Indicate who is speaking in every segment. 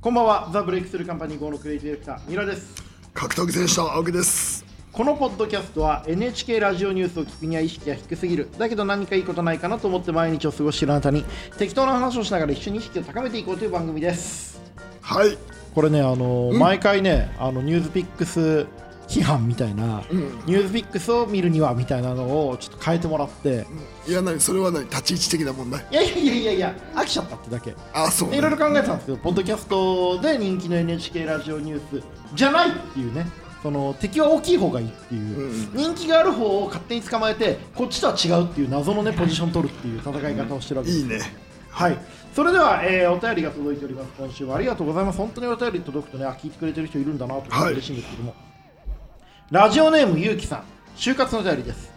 Speaker 1: こんばんは、ザ・ブレイクスルーカンパニー GO のクリエイティブディレクター、ミラです。
Speaker 2: 格闘技選手の青木です。
Speaker 1: このポッドキャストは NHK ラジオニュースを聞くには意識が低すぎる。だけど何かいいことないかなと思って毎日を過ごしているあなたに、適当な話をしながら一緒に意識を高めていこうという番組です。
Speaker 2: はい。
Speaker 1: これね、あの、毎回ね、あの、ニュースピックス批判みたいな、ニュースピックスを見るにはみたいなのをちょっと変えてもらって、
Speaker 2: いや、なに、それは何、立ち位置的な問題。
Speaker 1: いやいやいやいやいや、飽きちゃったってだけ。
Speaker 2: あ、そう、
Speaker 1: でいろいろ考えたんですけど、ポッドキャストで人気の NHK ラジオニュースじゃないっていうね、その敵は大きい方がいいっていう、人気がある方を勝手に捕まえて、こっちとは違うっていう謎のね、ポジション取るっていう戦い方をしてるわけです。
Speaker 2: いいね。
Speaker 1: はい、それでは、えーお便りが届いております、今週はありがとうございます、本当にお便り届くとね、あ聞いてくれてる人いるんだなと思って
Speaker 2: はい
Speaker 1: 嬉しいんですけども、ラジオネームゆうきさん、就活のお便りです。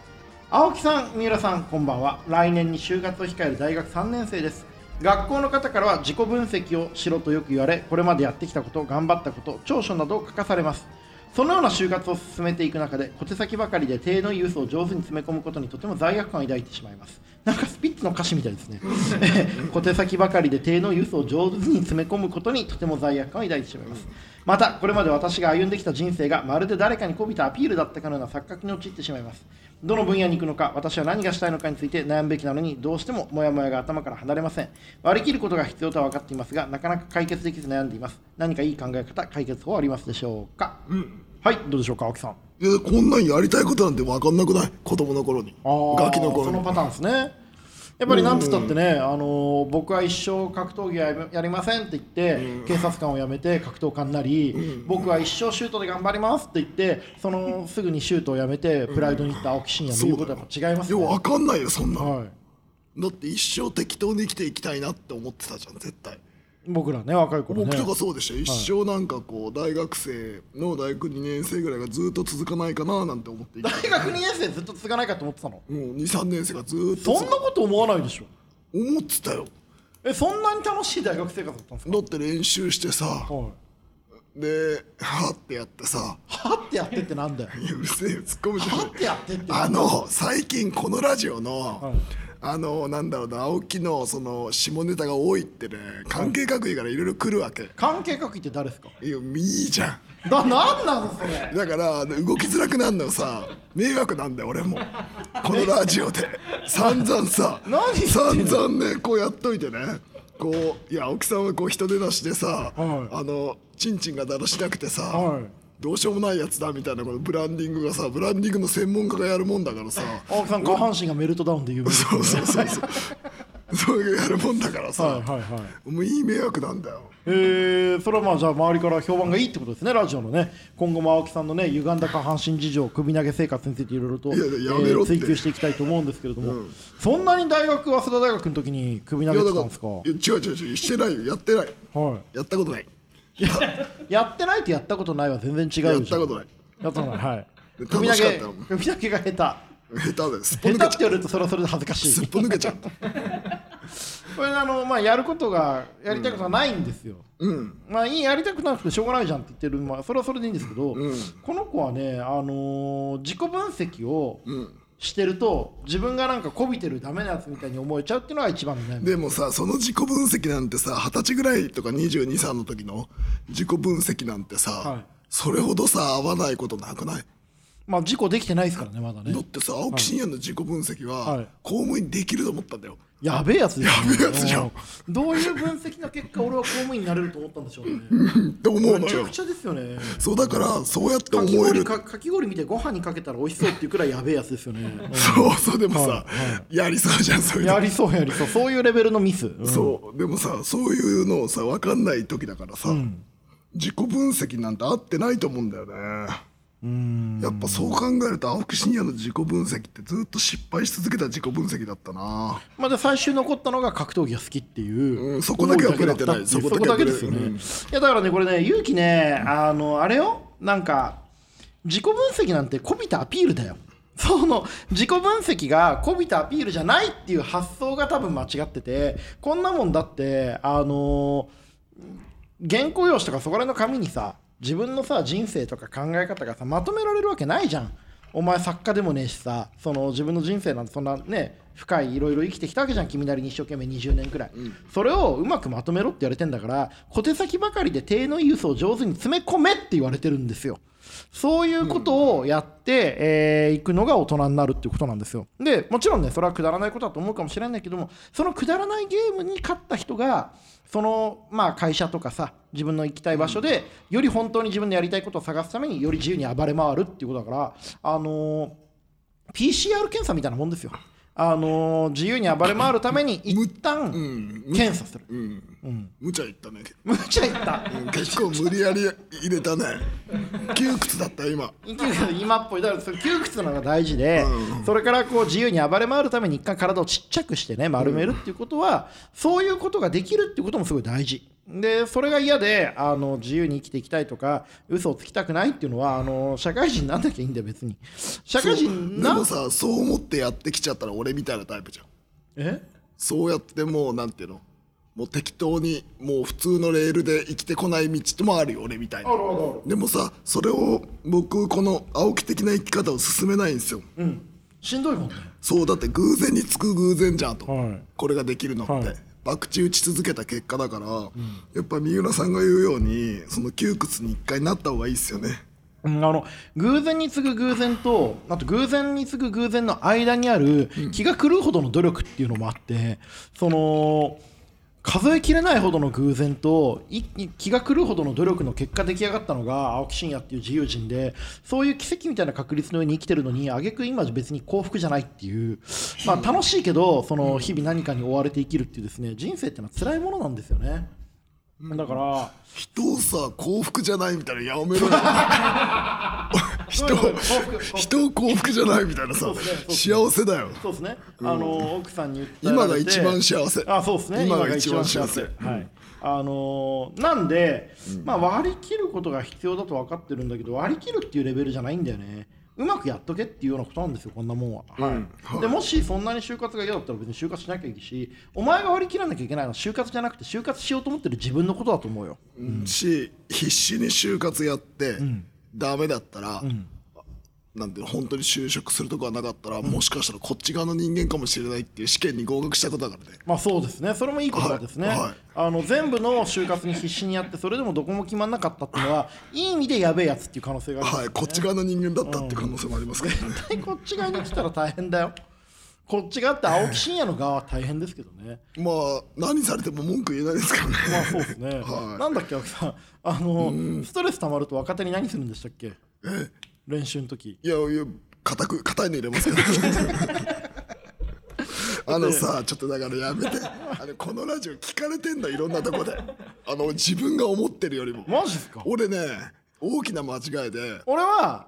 Speaker 1: 青木さん、三浦さん、こんばんは。来年に就活を控える大学3年生です。学校の方からは自己分析をしろとよく言われ、これまでやってきたこと、頑張ったこと、長所などを書かされます。そのような就活を進めていく中で、小手先ばかりで低のユースを上手に詰め込むことにとても罪悪感を抱いてしまいます。なんかスピッツの歌詞みたいですね。 小手先ばかりで低のユースを上手に詰め込むことにとても罪悪感を抱いてしまいます。また、これまで私が歩んできた人生がまるで誰かに媚びたアピールだったかのような錯覚に陥ってしまいます。どの分野に行くのか、私は何がしたいのかについて悩むべきなのに、どうしてもモヤモヤが頭から離れません。割り切ることが必要とは分かっていますが、なかなか解決できず悩んでいます。何かいい考え方、解決法はありますでしょうか、はい、どうでしょうか、青木さん。
Speaker 2: いや、こんなんやりたいことなんて分かんなくない、子供の頃に。
Speaker 1: あー
Speaker 2: ガキの頃
Speaker 1: その
Speaker 2: に。
Speaker 1: パターンですねやっぱりなんつったってね、あのー僕は一生格闘技はやめやりませんって言って、警察官を辞めて格闘家になり、僕は一生シュートで頑張りますって言ってそのすぐにシュートを辞めてプライドに行った青木真也の言うことはやっぱ違います
Speaker 2: よ、
Speaker 1: ね、
Speaker 2: 分かんないよ、そんなの。
Speaker 1: はい、
Speaker 2: だって、一生適当に生きていきたいなって思ってたじゃん、絶対。
Speaker 1: 僕らね若い頃ね
Speaker 2: 僕とかそうでしょ、一生なんかこう、大学生の大学2年生ぐらいがずっと続かないかななんて思っていて。
Speaker 1: 大学2年生ずっと続かないかと思ってたの
Speaker 2: もう2、3年生がずっ
Speaker 1: そ
Speaker 2: と
Speaker 1: んなこと思わないでしょ
Speaker 2: 思ってたよ。
Speaker 1: えそんなに楽しい大学生活だったんです
Speaker 2: だって練習してさ
Speaker 1: か、、はい、
Speaker 2: で、はーってやってさ、
Speaker 1: はってやってってなんだよ
Speaker 2: いやうるせえよ、突っ込むじゃ
Speaker 1: は
Speaker 2: ん
Speaker 1: っ。てやってって
Speaker 2: あの最近このラジオの、
Speaker 1: はい
Speaker 2: あのなんだろうな青木のその下ネタが多いってね関係各位からいろいろ来るわけ、
Speaker 1: 関係各位って誰ですか
Speaker 2: い、やいいじゃ
Speaker 1: だなんなのそれ
Speaker 2: んだからあの動きづらくなるのさ迷惑なんだよ俺もこのラジオで散々さ
Speaker 1: 何言って
Speaker 2: 散々ねこうやっといてねこういや青木さんはこう人出だしでさ、
Speaker 1: はい
Speaker 2: あのチンチンがだらしなくてさ、
Speaker 1: はい
Speaker 2: どうしようもないやつだみたいなこのブランディングがさブランディングの専門家がやるもんだからさ
Speaker 1: 青木さん下半身がメルトダウンで有名です
Speaker 2: そうそうそうそう。そういうやるもんだからさ、
Speaker 1: はいはいはい
Speaker 2: もういい迷惑なんだよ。
Speaker 1: えー、それはまあじゃあ周りから評判がいいってことですねラジオのね今後も青木さんのね歪んだ下半身事情首投げ生活についていろいろと
Speaker 2: いやいややめろって
Speaker 1: 追求していきたいと思うんですけれども、そんなに大学早稲田大学の時に首投
Speaker 2: い
Speaker 1: げ
Speaker 2: や
Speaker 1: て
Speaker 2: だ
Speaker 1: た
Speaker 2: から
Speaker 1: んですか
Speaker 2: いや違う違う違うしてないよやってない
Speaker 1: は
Speaker 2: やったことない
Speaker 1: い、やってないとやったことないは全然違う
Speaker 2: やっ
Speaker 1: でしょ
Speaker 2: たことない
Speaker 1: やったことないはい
Speaker 2: で
Speaker 1: 首投
Speaker 2: 楽しかっ
Speaker 1: げ
Speaker 2: たもん
Speaker 1: 首投げが下
Speaker 2: 下手ですっぽ
Speaker 1: 手
Speaker 2: 抜
Speaker 1: 下手って
Speaker 2: けちゃ
Speaker 1: 言われるとそれはそれで恥ずかし
Speaker 2: うす
Speaker 1: い
Speaker 2: っぽ抜けちゃう
Speaker 1: これあの、まあ、やることがやりたいことがないんですよ、
Speaker 2: うん
Speaker 1: まあいいやりたくなくてしょうがないじゃんって言ってる、まあ、それはそれでいいんですけど、
Speaker 2: ん
Speaker 1: この子はね、あのー自己分析を
Speaker 2: うん
Speaker 1: してると自分がなんかこびてるダメなやつみたいに思えちゃうっていうのが一番の悩み
Speaker 2: でもさその自己分析なんてさ二十歳ぐらいとか22歳の時の自己分析なんてさ、
Speaker 1: はい
Speaker 2: それほどさ合わないことなくない
Speaker 1: まあ事故できてないですからねまだね
Speaker 2: だってさ青木真也の自己分析は、
Speaker 1: はい
Speaker 2: 公務員できると思ったんだよ
Speaker 1: やべえやつです
Speaker 2: やべえやつじゃん
Speaker 1: もうどういう分析の結果俺は公務員になれると思ったんでしょうね
Speaker 2: って思うの
Speaker 1: めちゃ
Speaker 2: よ
Speaker 1: くちゃですよね
Speaker 2: そうだからそうやって
Speaker 1: か
Speaker 2: 思
Speaker 1: き
Speaker 2: え
Speaker 1: 氷
Speaker 2: る
Speaker 1: かかき氷見てご飯にかけたら美味しそうっていうくらいやべえやつです よね、うん
Speaker 2: そうそうでもさ、
Speaker 1: は
Speaker 2: やりそうじゃんそういうの
Speaker 1: やりそうやりそうそういうレベルのミス、うん
Speaker 2: そうでもさそういうのをさ分かんない時だからさ、自己分析なんて合ってないと思うんだよねやっぱそう考えると青木真也の自己分析ってずっと失敗し続けた自己分析だったな
Speaker 1: まあ、で最終残ったのが格闘技が好きっていう、
Speaker 2: うんそこだけはブレてな
Speaker 1: 思だけだったっ
Speaker 2: い
Speaker 1: ていうそ
Speaker 2: そ
Speaker 1: こ
Speaker 2: こ
Speaker 1: だ
Speaker 2: だ
Speaker 1: け
Speaker 2: け
Speaker 1: で
Speaker 2: は
Speaker 1: すよ
Speaker 2: ブレ
Speaker 1: ね、
Speaker 2: うん
Speaker 1: いやだからねこれね勇気ねあのあれよなんか自己分析なんてこびたアピールだよその自己分析がこびたアピールじゃないっていう発想が多分間違っててこんなもんだってあの原稿用紙とかそこら辺の紙にさ自分のさ人生とか考え方がさまとめられるわけないじゃんお前作家でもねえしさその自分の人生なんてそんなね深いいろいろ生きてきたわけじゃん君なりに一生懸命20年くらい、それをうまくまとめろって言われてんだから小手先ばかりで低のいい嘘を上手に詰め込めって言われてるんですよそういうことをやってい、えー行くのが大人になるっていうことなんですよでもちろんねそれはくだらないことだと思うかもしれないけどもそのくだらないゲームに勝った人がそのまあ会社とかさ自分の行きたい場所でより本当に自分のやりたいことを探すためにより自由に暴れ回るっていうことだからあのー PCR 検査みたいなもんですよあのー自由に暴れ回るために一旦
Speaker 2: うん
Speaker 1: 検査する
Speaker 2: うん、無茶言ったね
Speaker 1: むちゃ言った
Speaker 2: 結構無理やり入れたね窮屈だった今
Speaker 1: 今っぽいだからそれ窮屈なのが大事で、それからこう自由に暴れ回るために一回体をちっちゃくしてね丸めるっていうことは、そういうことができるっていうこともすごい大事でそれが嫌であの自由に生きていきたいとか嘘をつきたくないっていうのはあの社会人になんなきゃいいんだよ別に社会
Speaker 2: で
Speaker 1: 人な
Speaker 2: もさそう思ってやってきちゃったら俺みたいなタイプじゃん
Speaker 1: え
Speaker 2: そうやってもうなんていうのもう適当にもう普通のレールで生きてこない道もあるよ俺みたいなでもさそれを僕この青木的な生き方を進めないんですよ、
Speaker 1: しんどいもんね
Speaker 2: そうだって偶然につく偶然じゃんと、
Speaker 1: はい
Speaker 2: これができるのって、
Speaker 1: はい
Speaker 2: 博打打ち続けた結果だから、やっぱ三浦さんが言うようにその窮屈に一回なった方がいいっすよね
Speaker 1: うんあの偶然に次ぐ偶然とあと偶然に次ぐ偶然の間にある気が狂うほどの努力っていうのもあってその数えきれないほどの偶然といい気が狂うほどの努力の結果出来上がったのが青木真也っていう自由人でそういう奇跡みたいな確率のように生きてるのに挙句今別に幸福じゃないっていう、まあ、楽しいけどその日々何かに追われて生きるっていうですね人生ってのは辛いものなんですよね。だから、
Speaker 2: 人をさ幸福じゃないみたいなや めろよ人を
Speaker 1: そうそう幸福幸福
Speaker 2: 人を幸福じゃないみたいなさ、
Speaker 1: そうですねそうです
Speaker 2: 幸せだよ
Speaker 1: そうですね。あの奥さんに訴えら
Speaker 2: 今
Speaker 1: れ
Speaker 2: が
Speaker 1: て
Speaker 2: 一番幸せ
Speaker 1: あ、そうですね。
Speaker 2: 今が一番幸せ
Speaker 1: 今が一番幸はい。あのーなんで、まあ割り切ることが必要だと分かってるんだけど、割り切るっていうレベルじゃないんだよね。うまくやっとけっていうようなことなんですよ、こんなもんは。はい。でもしそんなに就活が嫌だったら別に就活しなきゃいいし、お前が割り切らなきゃいけないのは就活じゃなくて就活しようと思ってる自分のことだと思うよ。
Speaker 2: し必死に就活やって、ダメだったら、なんていうの本当に就職するとこがなかったら、もしかしたらこっち側の人間かもしれないっていう試験に合格したことだからね
Speaker 1: まあそうですね、それもいいことですね、
Speaker 2: はいはい
Speaker 1: あの全部の就活に必死にやって、それでもどこも決まんなかったっていうのは、いい意味でやべえやつっていう可能性がある
Speaker 2: はいこっち側の人間だったって可能性もありますからね、
Speaker 1: 絶対こっち側に来たら大変だよこっち側って青木真也の側は大変ですけどね
Speaker 2: まあ何されても文句言えないですからね、
Speaker 1: まあそうですね、
Speaker 2: はい
Speaker 1: なんだっけ青木さんあのストレス溜まると若手に何するんでしたっけ練習の時
Speaker 2: いやいや固く硬いの入れますけ どあのさちょっとだからやめてあのこのラジオ聞かれてんだいろんなとこであの自分が思ってるよりも
Speaker 1: マジですか
Speaker 2: 俺ね大きな間違いで
Speaker 1: 俺は、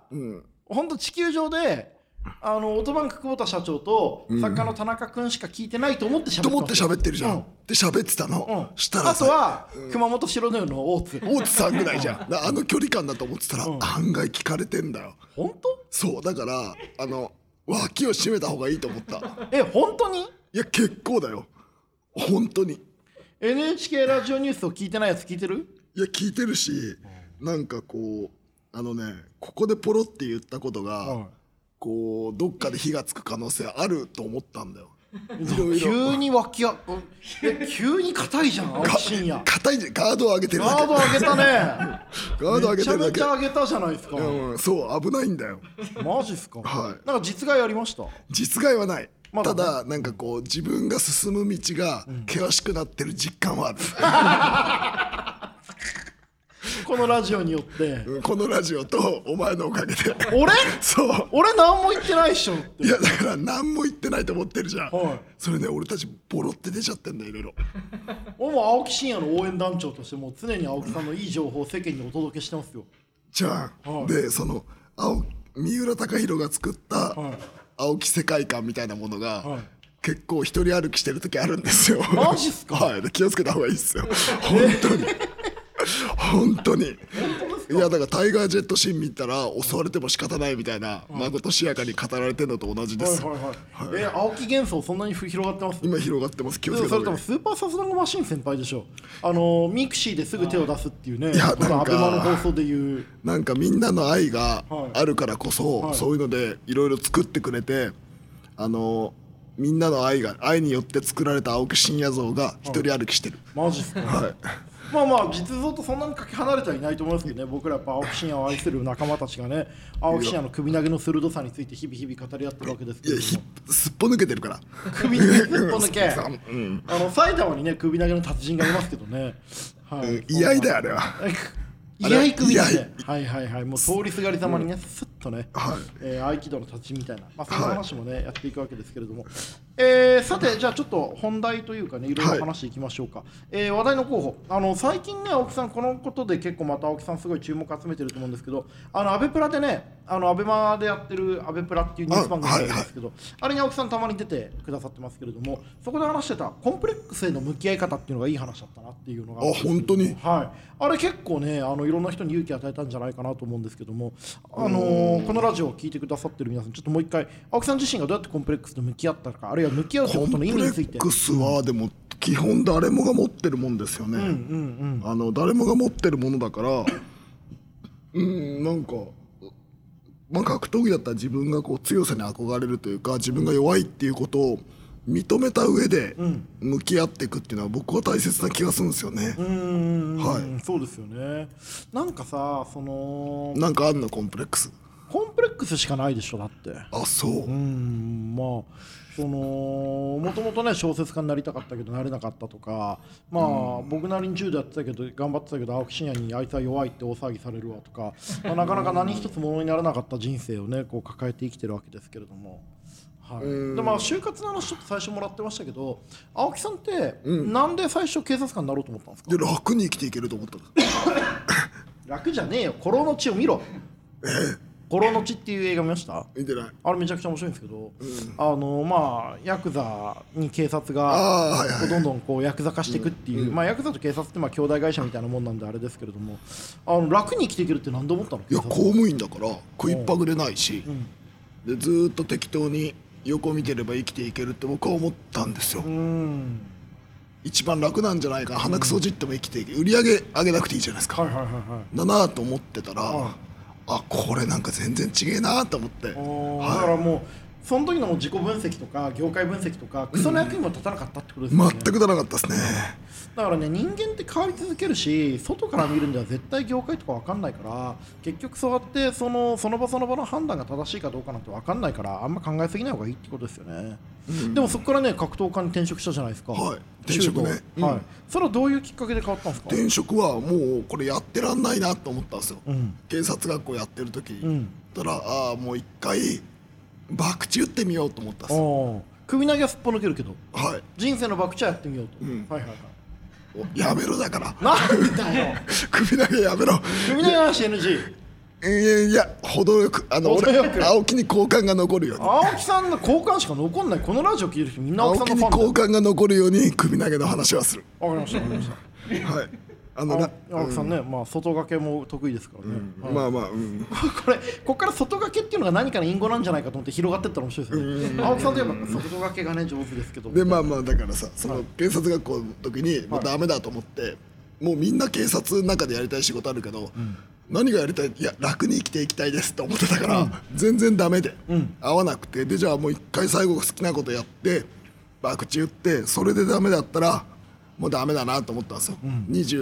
Speaker 1: ほんと地球上であのオートバンク久保田社長と作家の田中君しか聞いてないと思って喋って
Speaker 2: と思って喋ってるじゃん、
Speaker 1: うん
Speaker 2: で喋ってたの、
Speaker 1: うん
Speaker 2: したら
Speaker 1: あと
Speaker 2: さ
Speaker 1: は、熊本白根湯の大津
Speaker 2: 大津さんぐらいじゃんなあの距離感だと思ってたら、案外聞かれてんだよ
Speaker 1: 本当
Speaker 2: そうだからあの脇を締めた方がいいと思った
Speaker 1: え本当に
Speaker 2: いや結構だよ本当に
Speaker 1: NHK ラジオニュースを聞いてないやつ聞いてる
Speaker 2: いや聞いてるしなんかこうあのねここでポロって言ったことが、
Speaker 1: うん
Speaker 2: こうどっかで火がつく可能性あると思った んだよいろいろ
Speaker 1: 急に脇やえ急に硬いじゃん青木真也
Speaker 2: 硬いじゃんガードを上げてるだ
Speaker 1: ガ
Speaker 2: け
Speaker 1: ード上げたね
Speaker 2: ガード上
Speaker 1: め
Speaker 2: げ
Speaker 1: ち
Speaker 2: て
Speaker 1: ゃ
Speaker 2: るだ
Speaker 1: め
Speaker 2: け
Speaker 1: ちゃ上げたじゃないですか
Speaker 2: うん、そう危ないんだよ
Speaker 1: マジっすか
Speaker 2: はい
Speaker 1: なんか実害ありました
Speaker 2: 実害はない、
Speaker 1: まだ
Speaker 2: た
Speaker 1: ね
Speaker 2: だなんかこう自分が進む道が険しくなってる実感はある、
Speaker 1: このラジオによって
Speaker 2: うん このラジオとお前のおか げで
Speaker 1: 俺
Speaker 2: そう
Speaker 1: 俺何も言ってないっしょって
Speaker 2: いやだから何も言ってないと思ってるじゃん、
Speaker 1: はい
Speaker 2: それね俺たちボロって出ちゃってんだよいろいろ
Speaker 1: 俺も青木真也の応援団長としてもう常に青木さんのいい情報を世間にお届けしてますよ
Speaker 2: じゃあ、でその青三浦貴大が作った
Speaker 1: はい
Speaker 2: 青木世界観みたいなものが、
Speaker 1: はい
Speaker 2: 結構一人歩きしてる時あるんですよ
Speaker 1: マ ジっすか
Speaker 2: はいで気をつけた方がいいですよ本当に本当に
Speaker 1: 本当でです
Speaker 2: い
Speaker 1: か
Speaker 2: やだからタイガー・ジェットシーン見たら襲われても仕方ないみたいなまことしやかに語られてるのと同じです
Speaker 1: はいはいはい、え青木幻想そんなに広がってます
Speaker 2: 今広がってます気をつけ
Speaker 1: そ
Speaker 2: た
Speaker 1: れと
Speaker 2: 方が
Speaker 1: も
Speaker 2: いい
Speaker 1: スーパーサスランゴマシン先輩でしょあのミクシーですぐ手を出すっていうね
Speaker 2: や
Speaker 1: こと
Speaker 2: なん
Speaker 1: ア
Speaker 2: か
Speaker 1: ベマの放送で言う
Speaker 2: なんかみんなの愛が
Speaker 1: はい
Speaker 2: あるからこそ、
Speaker 1: はい
Speaker 2: そういうのでいろいろ作ってくれてあのみんなの愛が愛によって作られた青木真也像が一人歩きしてる、
Speaker 1: マジっすか、
Speaker 2: はい
Speaker 1: まあまあ実像とそんなにかけ離れてはいないと思いますけどね僕らやっぱ青木真也を愛する仲間たちがね青木真也の首投げの鋭さについて日々日々語り合ってるわけですけ
Speaker 2: い
Speaker 1: ど
Speaker 2: やひすっぽ抜けてる から
Speaker 1: 首投げ一本だ け、
Speaker 2: うん
Speaker 1: あの埼玉にね首投げの達人がいますけどね、はい
Speaker 2: うん居合だよあれは
Speaker 1: 居合首です
Speaker 2: あれ
Speaker 1: ねはいはいはいもう通りすがりざまにねスッとね、
Speaker 2: はい
Speaker 1: えー合気道の達人みたいな、まあ、そんな話もね、やっていくわけですけれども、えーさてじゃあちょっと本題というかねいろいろ話していきましょうか、えー話題の候補あの最近ね青木さんこのことで結構また青木さんすごい注目集めてると思うんですけどあのアベプラでねあのアベマでやってるアベプラっていうニュース番組があるんですけど、あれに青木さんたまに出てくださってますけれどもそこで話してたコンプレックスへの向き合い方っていうのがいい話だったなっていうのが
Speaker 2: あ本当に
Speaker 1: はい、あれ結構ねあのいろんな人に勇気与えたんじゃないかなと思うんですけども、あのーこのラジオを聞いてくださってる皆さんちょっともう一回青木さん自身がどうやってコンプレックスと向き合ったのかあるいは向き合うって
Speaker 2: コ
Speaker 1: こ
Speaker 2: ン
Speaker 1: との
Speaker 2: プレ
Speaker 1: 意味につい
Speaker 2: ッ
Speaker 1: て
Speaker 2: クスはでも基本誰もが持ってるもんですよね、あの誰もが持ってるものだから うんなんか、まあ、格闘技だったら自分がこう強さに憧れるというか自分が弱いっていうことを認めた上で向き合っていくっていうのは僕は大切な気がするんですよね、
Speaker 1: うーん、
Speaker 2: はい
Speaker 1: そうですよねなんかさその
Speaker 2: なんかあんのコンプレックス
Speaker 1: コンプレックスしかないでしょだって。
Speaker 2: あそう、
Speaker 1: うーんまあそのもともとね小説家になりたかったけどなれなかったとかまあ僕なりに柔道やってたけど頑張ってたけど青木真也にあいつは弱いって大騒ぎされるわとか、まあ、なかなか何一つものにならなかった人生をねこう抱えて生きてるわけですけれども。はい、でまあ就活の話ちょっと最初もらってましたけど青木さんって、なんで最初警察官になろうと思ったんですか
Speaker 2: で楽に生きていけると思った
Speaker 1: 楽じゃねえよ「古老の地を見ろ」「古老の地」っていう映画見ました
Speaker 2: 見てない
Speaker 1: あれめちゃくちゃ面白いんですけど、あのまあヤクザに警察
Speaker 2: あ
Speaker 1: が
Speaker 2: ーはいはい
Speaker 1: こうどんどんこうヤクザ化していくっていう、まあヤクザと警察ってまあ兄弟会社みたいなもんなんであれですけれども、あの楽に生きていけるって何で思ったの？
Speaker 2: いや
Speaker 1: 警
Speaker 2: 公
Speaker 1: 察
Speaker 2: 務員だから食いっぱぐれないし、でずーっと適当に横見てれば生きていけるって僕は思ったんですよ、
Speaker 1: うん、
Speaker 2: 一番楽なんじゃないかな鼻くそじっても生きていけ売り上げ上げなくていいじゃないですか、
Speaker 1: はいはいはいはい。
Speaker 2: だなぁと思ってたら、
Speaker 1: はい
Speaker 2: あこれなんか全然違えなぁと思って、
Speaker 1: おーだから
Speaker 2: は
Speaker 1: もうその時のもう自己分析とか業界分析とかクソの役にも立たなかったってことです
Speaker 2: い、
Speaker 1: よね。
Speaker 2: 全く出なかったですね
Speaker 1: だからね人間って変わり続けるし外から見るんでは絶対業界とか分かんないから結局そうやってそのその場その場の判断が正しいかどうかなんて分かんないからあんま考えすぎない方がいいってことですよね、でもそこからね格闘家に転職したじゃないですか
Speaker 2: はい転職ね
Speaker 1: 柔道
Speaker 2: うん
Speaker 1: はいそれはどういうきっかけで変わったんですか
Speaker 2: 転職はもうこれやってらんないなと思ったんですよ、
Speaker 1: うん
Speaker 2: 警察学校やってる時、
Speaker 1: うん
Speaker 2: たらああもう一回バクチ打ってみようと思ったんですよ
Speaker 1: おー首投げはすっぽ抜けるけど
Speaker 2: はい
Speaker 1: 人生の博打やってみようと、
Speaker 2: うん
Speaker 1: はいはいはい
Speaker 2: おやめろだから
Speaker 1: なんだよ
Speaker 2: 首投げやめろ
Speaker 1: 首投げは NG
Speaker 2: いやいや程よくあの俺
Speaker 1: 程よく
Speaker 2: 青木に好感が残るように
Speaker 1: 青木さんの好感しか残んないこのラジオ聞いてる人みんな青
Speaker 2: 青
Speaker 1: 木さん
Speaker 2: 木
Speaker 1: のファ
Speaker 2: に
Speaker 1: ンだよ
Speaker 2: 好感が残るように首投げの話はする
Speaker 1: わかりましたわかりました
Speaker 2: はいあの
Speaker 1: あ
Speaker 2: な
Speaker 1: 青木さんね、まあ外掛けも得意ですからね、はい
Speaker 2: まあまあうん
Speaker 1: これここから外掛けっていうのが何かの隠語なんじゃないかと思って広がってったら面白いですよね青木さんといえば外掛けがね上手ですけど
Speaker 2: でまあまあだからさその警察学校の時にもうダメだと思ってもうみんな警察の中でやりたい仕事あるけど何がやりたいいや楽に生きていきたいですって思ってたから全然ダメで合わなくてでじゃあもう一回最後好きなことやってバクチ打ってそれでダメだったらもうダメだなと思ったんですよ、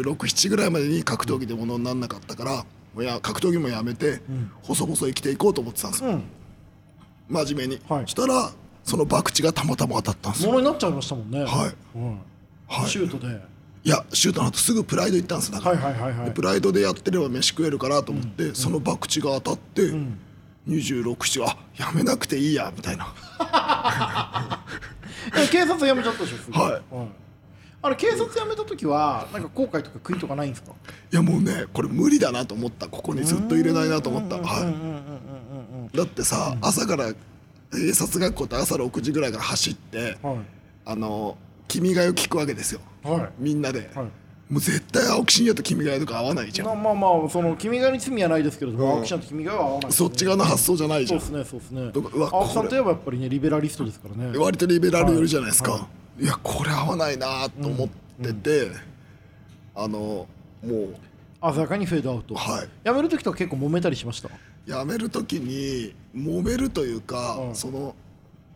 Speaker 2: 267ぐらいまでに格闘技でものにならなかったからもうや格闘技もやめて、細々生きていこうと思ってたんですよ、
Speaker 1: ん
Speaker 2: 真面目に、
Speaker 1: はい
Speaker 2: したらその博打がたまたま当たったんですよ
Speaker 1: ものになっちゃいましたもんね
Speaker 2: はい、
Speaker 1: うん
Speaker 2: はい
Speaker 1: シュートではい
Speaker 2: いやシュートの後すぐプライド行ったんですよだから、
Speaker 1: はいはいは
Speaker 2: で
Speaker 1: い
Speaker 2: プライドでやってれば飯食えるかなと思って、その博打が当たって、267あやめなくていいやみたいな
Speaker 1: え警察辞めちゃったでしょすぐ
Speaker 2: はい
Speaker 1: あの警察辞めた時はなんか後悔とか悔いとかないんですか
Speaker 2: いやもうねこれ無理だなと思ったここにずっと入れないなと思った、はい、だってさ、朝から警察学校って朝6時ぐらいから走って、
Speaker 1: は
Speaker 2: あの「君が代」聞くわけですよ
Speaker 1: いはい
Speaker 2: みんなで、
Speaker 1: はい
Speaker 2: もう絶対青木真也と君がやとか合わないじゃ
Speaker 1: まあ
Speaker 2: ん
Speaker 1: まあまあその君がに罪はないですけれども、青木さんと君がは合わないですね
Speaker 2: そっち側の発想じゃないじ
Speaker 1: そ
Speaker 2: ゃ
Speaker 1: うんですねそうですね
Speaker 2: とかうわ
Speaker 1: 青木さ
Speaker 2: こ
Speaker 1: ん
Speaker 2: れ
Speaker 1: といえばやっぱりねリベラリストですからね
Speaker 2: 割とリベラル寄りじゃないですか、いやこれ合わないなと思ってて、あのもう
Speaker 1: 鮮やかにフェードアウト、
Speaker 2: はい
Speaker 1: やめる時とか結構揉めたりしました
Speaker 2: 辞める時に揉めるというか、
Speaker 1: うん
Speaker 2: その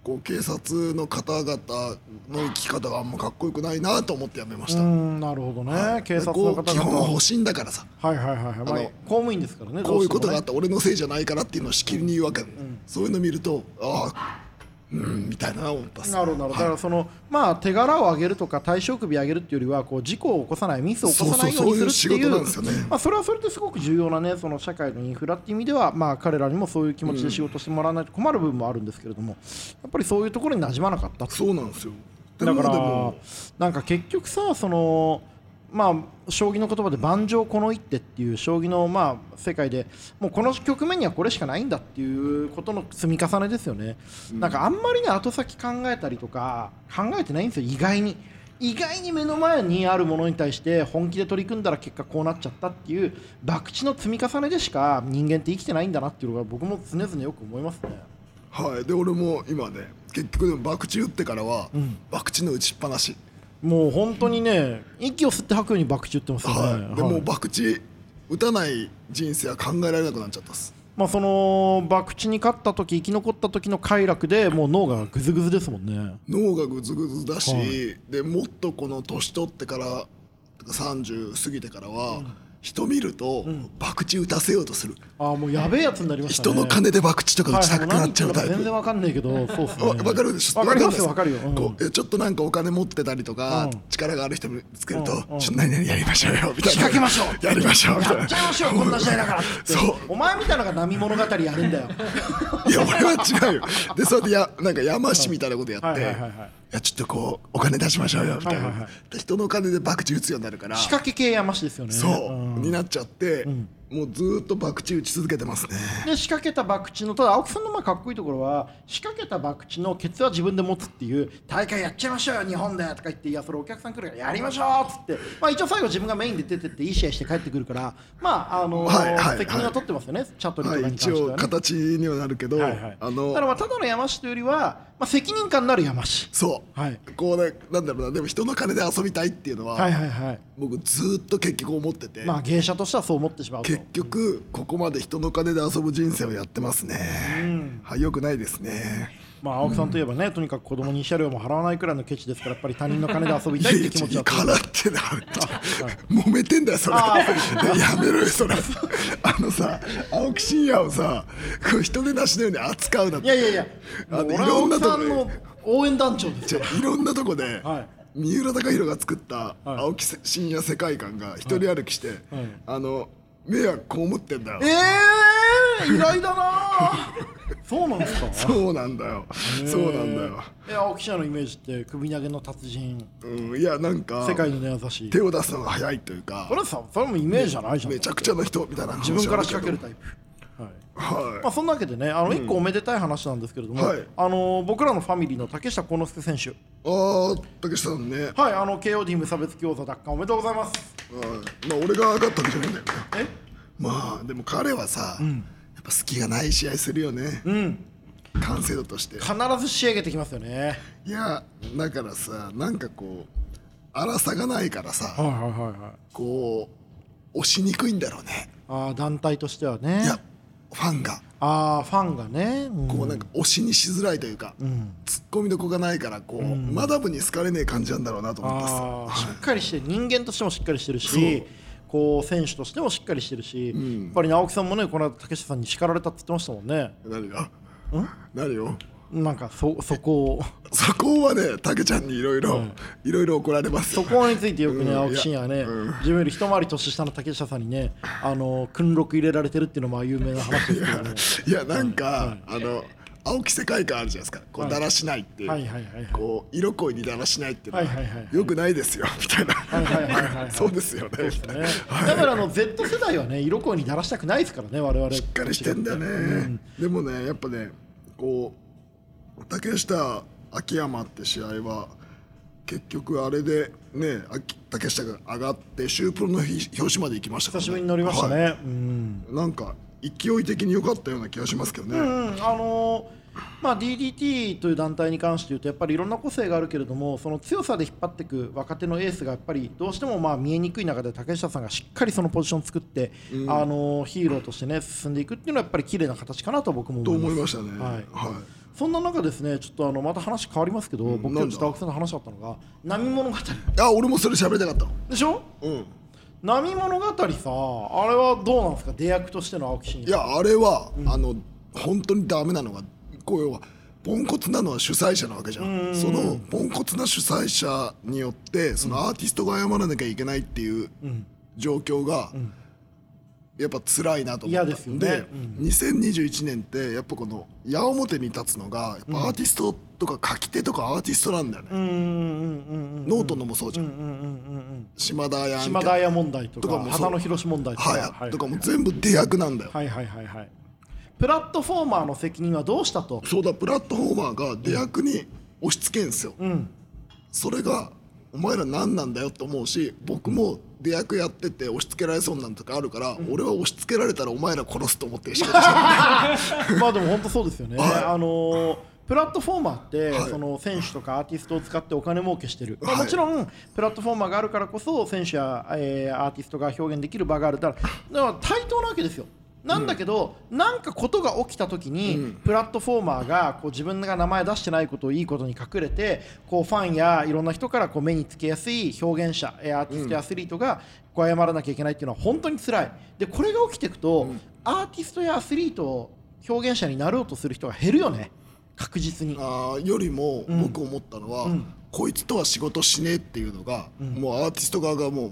Speaker 2: こう警察の方々の生き方があんまかっこよくないなと思って辞めまし
Speaker 1: う
Speaker 2: た、
Speaker 1: んなるほどね、警察の
Speaker 2: こ
Speaker 1: 方
Speaker 2: う基本は
Speaker 1: 々
Speaker 2: 欲しいんだからさ
Speaker 1: はいはいはいはい、まあ
Speaker 2: あの
Speaker 1: 公務員ですからね
Speaker 2: こういうこ
Speaker 1: ど
Speaker 2: とがあ
Speaker 1: し
Speaker 2: ってた俺のせいじゃないからっていうのをしきりに言うわけ、そういうの見るとああうんみたいな思ったっす
Speaker 1: もねなるほどなるほどだか
Speaker 2: はい
Speaker 1: らそのまあ手柄を上げるとか対象首上げるっていうよりはこう事故を起こさないミスを起こさないようにするってい
Speaker 2: そううそうそういう仕事なんですよね
Speaker 1: まあ、それはそれですごく重要なねその社会のインフラっていう意味ではまあ彼らにもそういう気持ちで仕事してもらわないと困る部分もあるんですけれどもやっぱりそういうところに馴染まなかったっていう
Speaker 2: そうなんですよで
Speaker 1: だ
Speaker 2: も
Speaker 1: か
Speaker 2: でも
Speaker 1: らなんか結局さそのまあ将棋の言葉で盤上この一手っていう将棋のまあ世界でもうこの局面にはこれしかないんだっていうことの積み重ねですよね、なんかあんまりね後先考えたりとか考えてないんですよ意外に意外に目の前にあるものに対して本気で取り組んだら結果こうなっちゃったっていう博打の積み重ねでしか人間って生きてないんだなっていうのが僕も常々よく思いますね
Speaker 2: はいで俺も今ね結局でも博打打ってからは、
Speaker 1: ん
Speaker 2: 博打の打ちっぱなし、
Speaker 1: もう本当にね息を吸って吐くように博打打ってますよね、
Speaker 2: はいで
Speaker 1: はい
Speaker 2: もう博打打たない人生は考えられなくなっちゃったっす
Speaker 1: まあその博打に勝った時生き残った時の快楽でもう脳がグズグズですもんね
Speaker 2: 脳がぐずぐずだし、
Speaker 1: はい
Speaker 2: でもっとこの年取ってから30過ぎてからは、人見ると博打打たせようとする、
Speaker 1: ああもうやべえやつになりましたね
Speaker 2: 人の金で博打とか打ちたくなっちゃうタ
Speaker 1: はい
Speaker 2: イ
Speaker 1: はいもう何言ってるか全
Speaker 2: プ
Speaker 1: 然わかんないけどそうっすね
Speaker 2: わわかるでしょ
Speaker 1: わかりますよわ
Speaker 2: わ
Speaker 1: か
Speaker 2: ん
Speaker 1: る
Speaker 2: ない
Speaker 1: よ、
Speaker 2: です
Speaker 1: うん
Speaker 2: こうえちょっとなんかお金持ってたりとか、
Speaker 1: うん
Speaker 2: 力がある人見つけると、
Speaker 1: うんうん
Speaker 2: ちょっと何々やりましょうよみたい
Speaker 1: 仕
Speaker 2: な
Speaker 1: 掛けましょう
Speaker 2: やりましょうみたい
Speaker 1: や
Speaker 2: な
Speaker 1: っちゃいましょうこんな時代だからって
Speaker 2: そう
Speaker 1: お前みたいなのが波物語やるん だよ
Speaker 2: いや俺は違うよでそうやってやなんか山師みたいなことやって、
Speaker 1: はい
Speaker 2: い
Speaker 1: はいはいはい
Speaker 2: やちょっとこうお金出しましょうよみたいな、
Speaker 1: はいはいは
Speaker 2: で人のお金で博打打つようになるから
Speaker 1: 仕掛け系やましですよね
Speaker 2: そう、
Speaker 1: ん
Speaker 2: になっちゃって、もうずーっと博打打ち続けてますね
Speaker 1: で仕掛けた博打のただ青木さんのまあかっこいいところは仕掛けた博打のケツは自分で持つっていう大会やっちゃいましょうよ日本でとか言っていやそれお客さん来るからやりましょうっつって、まあ、一応最後自分がメインで出てっていい試合して帰ってくるからまああの
Speaker 2: はいはいはい
Speaker 1: 責任は取ってますよねチャットリーと
Speaker 2: は
Speaker 1: か
Speaker 2: い
Speaker 1: に関し
Speaker 2: 一
Speaker 1: て
Speaker 2: 応
Speaker 1: はね。
Speaker 2: 形にはなるけど、
Speaker 1: はいはい、だか
Speaker 2: あ
Speaker 1: ら
Speaker 2: の
Speaker 1: まあただの山師というよりは、まあ、責任感のある山師
Speaker 2: そう、
Speaker 1: はい
Speaker 2: こうねなんだろうなでも人の金で遊びたいっていうのは、
Speaker 1: はいはいはい
Speaker 2: 僕ずーっと結局思ってて、
Speaker 1: まあ芸者としてはそう思ってしまうと
Speaker 2: 結局ここまで人の金で遊ぶ人生をやってますね、はいよくないですね
Speaker 1: まあ青木さんといえばね、とにかく子供に慰謝料も払わないくらいのケチですからやっぱり他人の金で遊びたいっていう気持ち
Speaker 2: いや
Speaker 1: は
Speaker 2: からってな揉めてんだよそれ
Speaker 1: あ
Speaker 2: やめろよそれあのさ青木真也をさこう人でなしのように扱うなっ
Speaker 1: い
Speaker 2: て
Speaker 1: やいやいや、
Speaker 2: あ
Speaker 1: もう
Speaker 2: の
Speaker 1: 俺はい
Speaker 2: ろ
Speaker 1: 青
Speaker 2: んな
Speaker 1: 木
Speaker 2: と
Speaker 1: さ
Speaker 2: こ
Speaker 1: んの応援団長です
Speaker 2: じ
Speaker 1: よ
Speaker 2: ゃ。あいろんなとこで、
Speaker 1: はい
Speaker 2: 三浦貴大が作った
Speaker 1: はい
Speaker 2: 青木真也世界観が一人歩きして、
Speaker 1: はい
Speaker 2: あの迷惑被ってんだよ
Speaker 1: ええー、偉大だなー。 そうなんですか。
Speaker 2: そうなんだよそうなんだよ、
Speaker 1: えー。青木記者のイメージって首投げの達人、
Speaker 2: うん、いやなんか
Speaker 1: 世界の根優しい。
Speaker 2: 手を出すのが早いというか
Speaker 1: それさ、それもイメージじゃないじゃん。
Speaker 2: めちゃくちゃな人みたいな
Speaker 1: 自
Speaker 2: 話
Speaker 1: 分から仕掛ける
Speaker 2: あ
Speaker 1: タイプ。はい。
Speaker 2: けどはい
Speaker 1: まあそんなわけでね、あの一個おめでたい話なんですけれども、
Speaker 2: はい
Speaker 1: あのー僕らのファミリーの竹下幸之助選手、
Speaker 2: ああ竹下さんね、はい
Speaker 1: はい、あの KOD 無差別強座奪還おめでとうございます。
Speaker 2: まあ俺が上がったわけじゃないんだよね
Speaker 1: え、
Speaker 2: まあでも彼はさ、やっぱ隙がない試合するよね、完成度として
Speaker 1: 必ず仕上げてきますよね。
Speaker 2: いやだからさなんかこう荒さがないからさ、
Speaker 1: はいはいはいはい。
Speaker 2: こう押しにくいんだろうね
Speaker 1: あー団体としてはね
Speaker 2: いやファンが
Speaker 1: あーファンがね、うん
Speaker 2: こうなんか押しにしづらいというか、ツッコミどこがないからこう、マダムに好かれねえ感じなんだろうなと思ったっす
Speaker 1: あーしっかりして人間としてもしっかりしてるしこう選手としてもしっかりしてるし、やっぱり青木さんもねこの間竹下さんに叱られたって言ってましたもんね
Speaker 2: 何が何よ
Speaker 1: なんかそ そ こを
Speaker 2: そこはねたけちゃんにいろいろいろいろ怒られます
Speaker 1: そ
Speaker 2: よ
Speaker 1: こについてよくね、
Speaker 2: うん
Speaker 1: 青木真也ね、
Speaker 2: いやうん
Speaker 1: 自分より一回り年下の竹下さんにねあの訓録入れられてるっていうのも有名な話ですけ ども
Speaker 2: いやなんか、あの青木世界観あるじゃないですかこ
Speaker 1: は
Speaker 2: う
Speaker 1: い
Speaker 2: だらしないっていう、
Speaker 1: はいはいはいはい
Speaker 2: こう色恋にだらしないっていうのは,、
Speaker 1: はいはいはい
Speaker 2: よくないですよみたいな、
Speaker 1: いはいはいはいはい
Speaker 2: そうですよねみたい
Speaker 1: ね
Speaker 2: な
Speaker 1: だからあの Z 世代はね色恋にだらしたくないですからね我々
Speaker 2: しっかりしてんだよね、でもねやっぱねこう竹下秋山って試合は結局あれでねあ竹下が上がってシュープロの表紙まで行きましたから、
Speaker 1: 久しぶりに乗りましたね、
Speaker 2: は
Speaker 1: うん
Speaker 2: いなんか勢い的に良かったような気がしますけどね、
Speaker 1: うん、あのーまあ、DDT という団体に関して言うとやっぱりいろんな個性があるけれどもその強さで引っ張っていく若手のエースがやっぱりどうしてもまあ見えにくい中で竹下さんがしっかりそのポジションを作って、あのーヒーローとして、ね、進んでいくっていうのはやっぱり綺麗な形かなと僕も
Speaker 2: と
Speaker 1: 思いま
Speaker 2: 思い
Speaker 1: す
Speaker 2: ましたね
Speaker 1: はい
Speaker 2: は
Speaker 1: そんな中ですねちょっとあのまた話変わりますけど、僕
Speaker 2: な
Speaker 1: 今
Speaker 2: ん
Speaker 1: 日ちょっ
Speaker 2: だ
Speaker 1: と青木さんと話しちゃったのが「波物語」
Speaker 2: い、あ俺もそれ喋りたかったの
Speaker 1: でしょ
Speaker 2: うん
Speaker 1: 波物語さあれはどうなんですか出役としての青木真
Speaker 2: い
Speaker 1: 也
Speaker 2: やあれは、あの本当にダメなのがこう要はポンコツなのは主催者なわけじゃんそのポンコツな主催者によってそのアーティストが謝らなきゃいけないっていう状況が、やっぱ辛いなと思っ
Speaker 1: 嫌
Speaker 2: た
Speaker 1: ですよね
Speaker 2: 2021年ってやっぱこの矢面に立つのがやっぱアーティストとか書き手とかアーティストなんだよね、
Speaker 1: うんうんうんうん
Speaker 2: ノートのもそうじゃん、
Speaker 1: うんうんうん
Speaker 2: 島田
Speaker 1: うん
Speaker 2: やん
Speaker 1: 島田屋問題と
Speaker 2: と
Speaker 1: か
Speaker 2: かもそう
Speaker 1: 花の広し問題とか,、
Speaker 2: はい、とかも全部出役なんだよ
Speaker 1: はいはいはいはいプラットフォーマーの責任はどうした と
Speaker 2: そうだプラットフォーマーが出役に押し付けんすよ、
Speaker 1: ん
Speaker 2: それがお前ら何なんだよって思うし僕も出役やってて押し付けられそうなんとかあるから、俺は押し付けられたらお前ら殺すと思って仕事して る
Speaker 1: まあでも本当そうですよね、
Speaker 2: はい
Speaker 1: あのープラットフォーマーって、
Speaker 2: はい
Speaker 1: その選手とかアーティストを使ってお金儲けしてる、まあ、
Speaker 2: はい
Speaker 1: もちろんプラットフォーマーがあるからこそ選手や、えーアーティストが表現できる場があるだからだから対等なわけですよなんだけど、なんかことが起きた時に、プラットフォーマーがこう自分が名前出してないことをいいことに隠れてこうファンやいろんな人からこう目につけやすい表現者えーアーティストやアスリートがこう謝らなきゃいけないっていうのは本当に辛いでこれが起きていくと、アーティストやアスリートを表現者になろうとする人が減るよね確実に
Speaker 2: あーよりも僕思ったのは、こいつとは仕事しねえっていうのが、もうアーティスト側がもう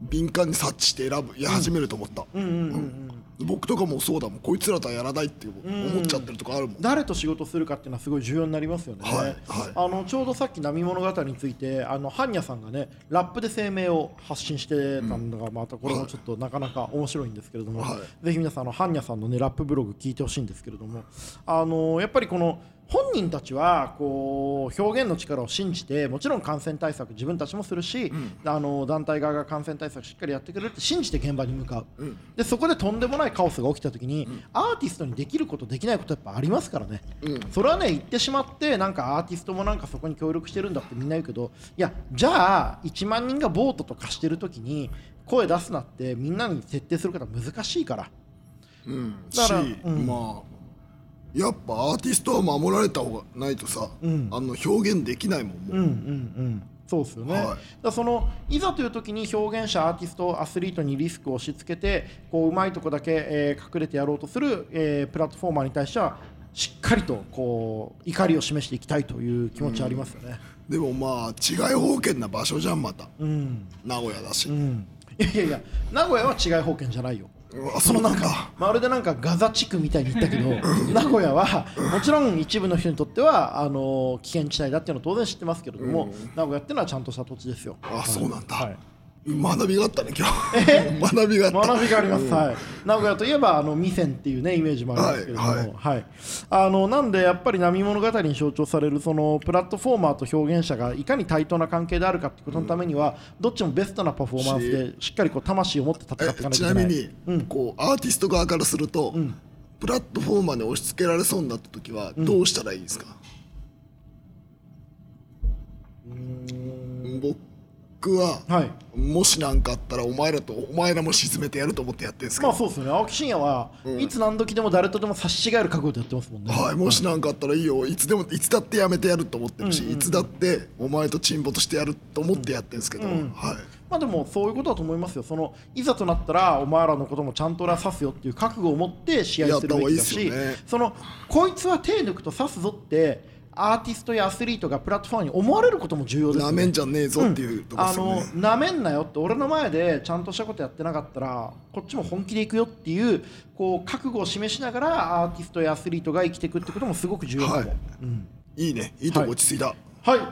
Speaker 2: 敏感に察知して選ぶや始めると思った、うん僕とかもそうだもんこいつらとはやらないって思っちゃってるとかあるもん、
Speaker 1: 誰と仕事するかっていうのはすごい重要になりますよね、
Speaker 2: はいはい
Speaker 1: あのちょうどさっき「波物語」についてあの般若さんがねラップで声明を発信してたんだが、またこれもちょっとなかなか面白いんですけれども、
Speaker 2: は
Speaker 1: ぜひ皆さんあの般若さんのねラップブログ聞いてほしいんですけれどもあのやっぱりこの本人たちはこう表現の力を信じてもちろん感染対策自分たちもするし、あの団体側が感染対策しっかりやってくれるって信じて現場に向かう、でそこでとんでもないカオスが起きた時に、アーティストにできることできないことやっぱありますからね、それはね言ってしまってなんかアーティストもなんかそこに協力してるんだってみんな言うけどいやじゃあ1万人がボートとかしてる時に声出すなってみんなに設定することは難しいから。
Speaker 2: うん、
Speaker 1: だから
Speaker 2: し、
Speaker 1: うん
Speaker 2: まあやっぱアーティストは守られた方がないとさ、
Speaker 1: ん
Speaker 2: あの表現できないもんも
Speaker 1: う
Speaker 2: う
Speaker 1: んうんうんそうですよね、
Speaker 2: はい
Speaker 1: だからそのいざという時に表現者アーティストアスリートにリスクを押し付けてこううまいとこだけ、えー隠れてやろうとする、えープラットフォーマーに対してはしっかりとこう怒りを示していきたいという気持ちありますよね。
Speaker 2: でもまあ違い方権な場所じゃんまた
Speaker 1: うん、
Speaker 2: 名古屋だし、
Speaker 1: うん、いやいやいや名古屋は違い保険じゃないよ。
Speaker 2: あそうなんだ
Speaker 1: まるでなんかガザ地区みたいに言ったけ ど名古屋はもちろん一部の人にとってはあの危険地帯だっていうのは当然知ってますけれども、名古屋っていうのはちゃんとした土地ですよ。
Speaker 2: あそうなんだ、
Speaker 1: はい
Speaker 2: 学びがあったね今日学びがあった
Speaker 1: 学びがあります、はい、名古屋といえばあの味仙っていうねイメージもありますけれども、は
Speaker 2: はいい
Speaker 1: あのなんでやっぱり波物語に象徴されるそのプラットフォーマーと表現者がいかに対等な関係であるかってことのためには、どっちもベストなパフォーマンスでしっかりこう魂を持って戦っていか
Speaker 2: え
Speaker 1: なき
Speaker 2: ち
Speaker 1: ゃ
Speaker 2: ない
Speaker 1: けな
Speaker 2: み
Speaker 1: い
Speaker 2: に、こうアーティスト側からすると、プラットフォーマーに押し付けられそうになった時はどうしたらいいですか、僕は、
Speaker 1: はい
Speaker 2: もし何かあったらお前らとお前らも沈めてやると思ってやってるんですけ
Speaker 1: ま
Speaker 2: ど、
Speaker 1: あそうですよね青木真也は、いつ何時でも誰とでも差し違える覚悟でやってますもんね、
Speaker 2: はい、もし何かあったらいいよいつでもいつだってやめてやると思ってるし、いつだってお前と沈没してやると思ってやってるんですけど、はい
Speaker 1: まあでもそういうことだと思いますよそのいざとなったらお前らのこともちゃんと俺は刺すよっていう覚悟を持って試合するべきだし
Speaker 2: やった方がいいですよね
Speaker 1: そのこいつは手抜くと刺すぞってアーティストやアスリートがプラットフォームに思われることも重要です
Speaker 2: な
Speaker 1: よ
Speaker 2: め
Speaker 1: ね
Speaker 2: んじゃねえぞっていうとこで
Speaker 1: あ
Speaker 2: すよ
Speaker 1: の
Speaker 2: ね、
Speaker 1: なめんなよって俺の前でちゃんとしたことやってなかったらこっちも本気でいくよっていうこう覚悟を示しながらアーティストやアスリートが生きていくってこともすごく重要だと思う、
Speaker 2: はいいいねいいとこ落ち着いた、
Speaker 1: はい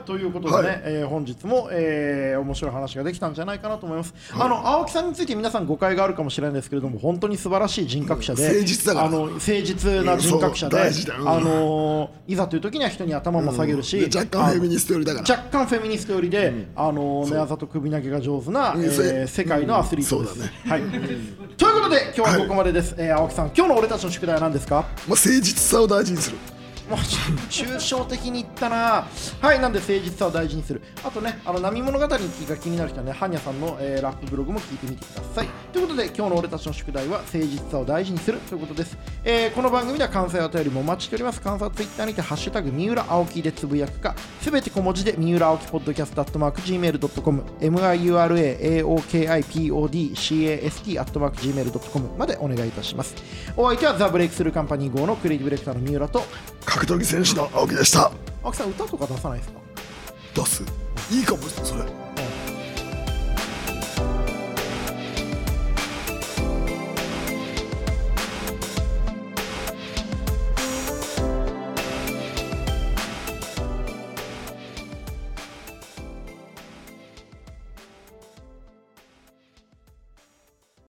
Speaker 1: ということでね、
Speaker 2: はい
Speaker 1: えー本日も、えー面白い話ができたんじゃないかなと思います、あの青木さんについて皆さん誤解があるかもしれないんですけれども本当に素晴らしい人格者で、
Speaker 2: うん誠実だから
Speaker 1: あの誠実な人格者で、
Speaker 2: うんそう大事だうん
Speaker 1: あのーいざという時には人に頭も下げるし、
Speaker 2: で若干フェミニスト寄りだから
Speaker 1: 若干フェミニスト寄りで、あの寝技と首投げが上手な、
Speaker 2: ん
Speaker 1: えー
Speaker 2: それ
Speaker 1: 世界のアスリートで
Speaker 2: う
Speaker 1: す。
Speaker 2: んそう
Speaker 1: はい、ということで今日はここまでです、えー青木さん今日の俺たちの宿題は何ですか
Speaker 2: まあ、誠実さを大事にする
Speaker 1: もうちょ抽象的に言ったなはいなんで誠実さを大事にするあとねあの波物語が気になる人はねハンニャさんの、えーラップブログも聞いてみてくださいということで今日の俺たちの宿題は誠実さを大事にするということです、えーこの番組では関西お便りもお待ちしております関西ツイッターにて「ハッシュタグ三浦青木」でつぶやくかすべて小文字で三浦青木ポッドキャストアットマーク Gmail.com miuraaokipodcast アットマーク Gmail.com までお願いいたしますお相手はザ・ブレイクスルーカンパニー号のクリエイティブディレクターの三浦と
Speaker 2: 格闘技選手の青木でした
Speaker 1: 青木さん歌とか出さないですか
Speaker 2: 出すいいかもしれないそれ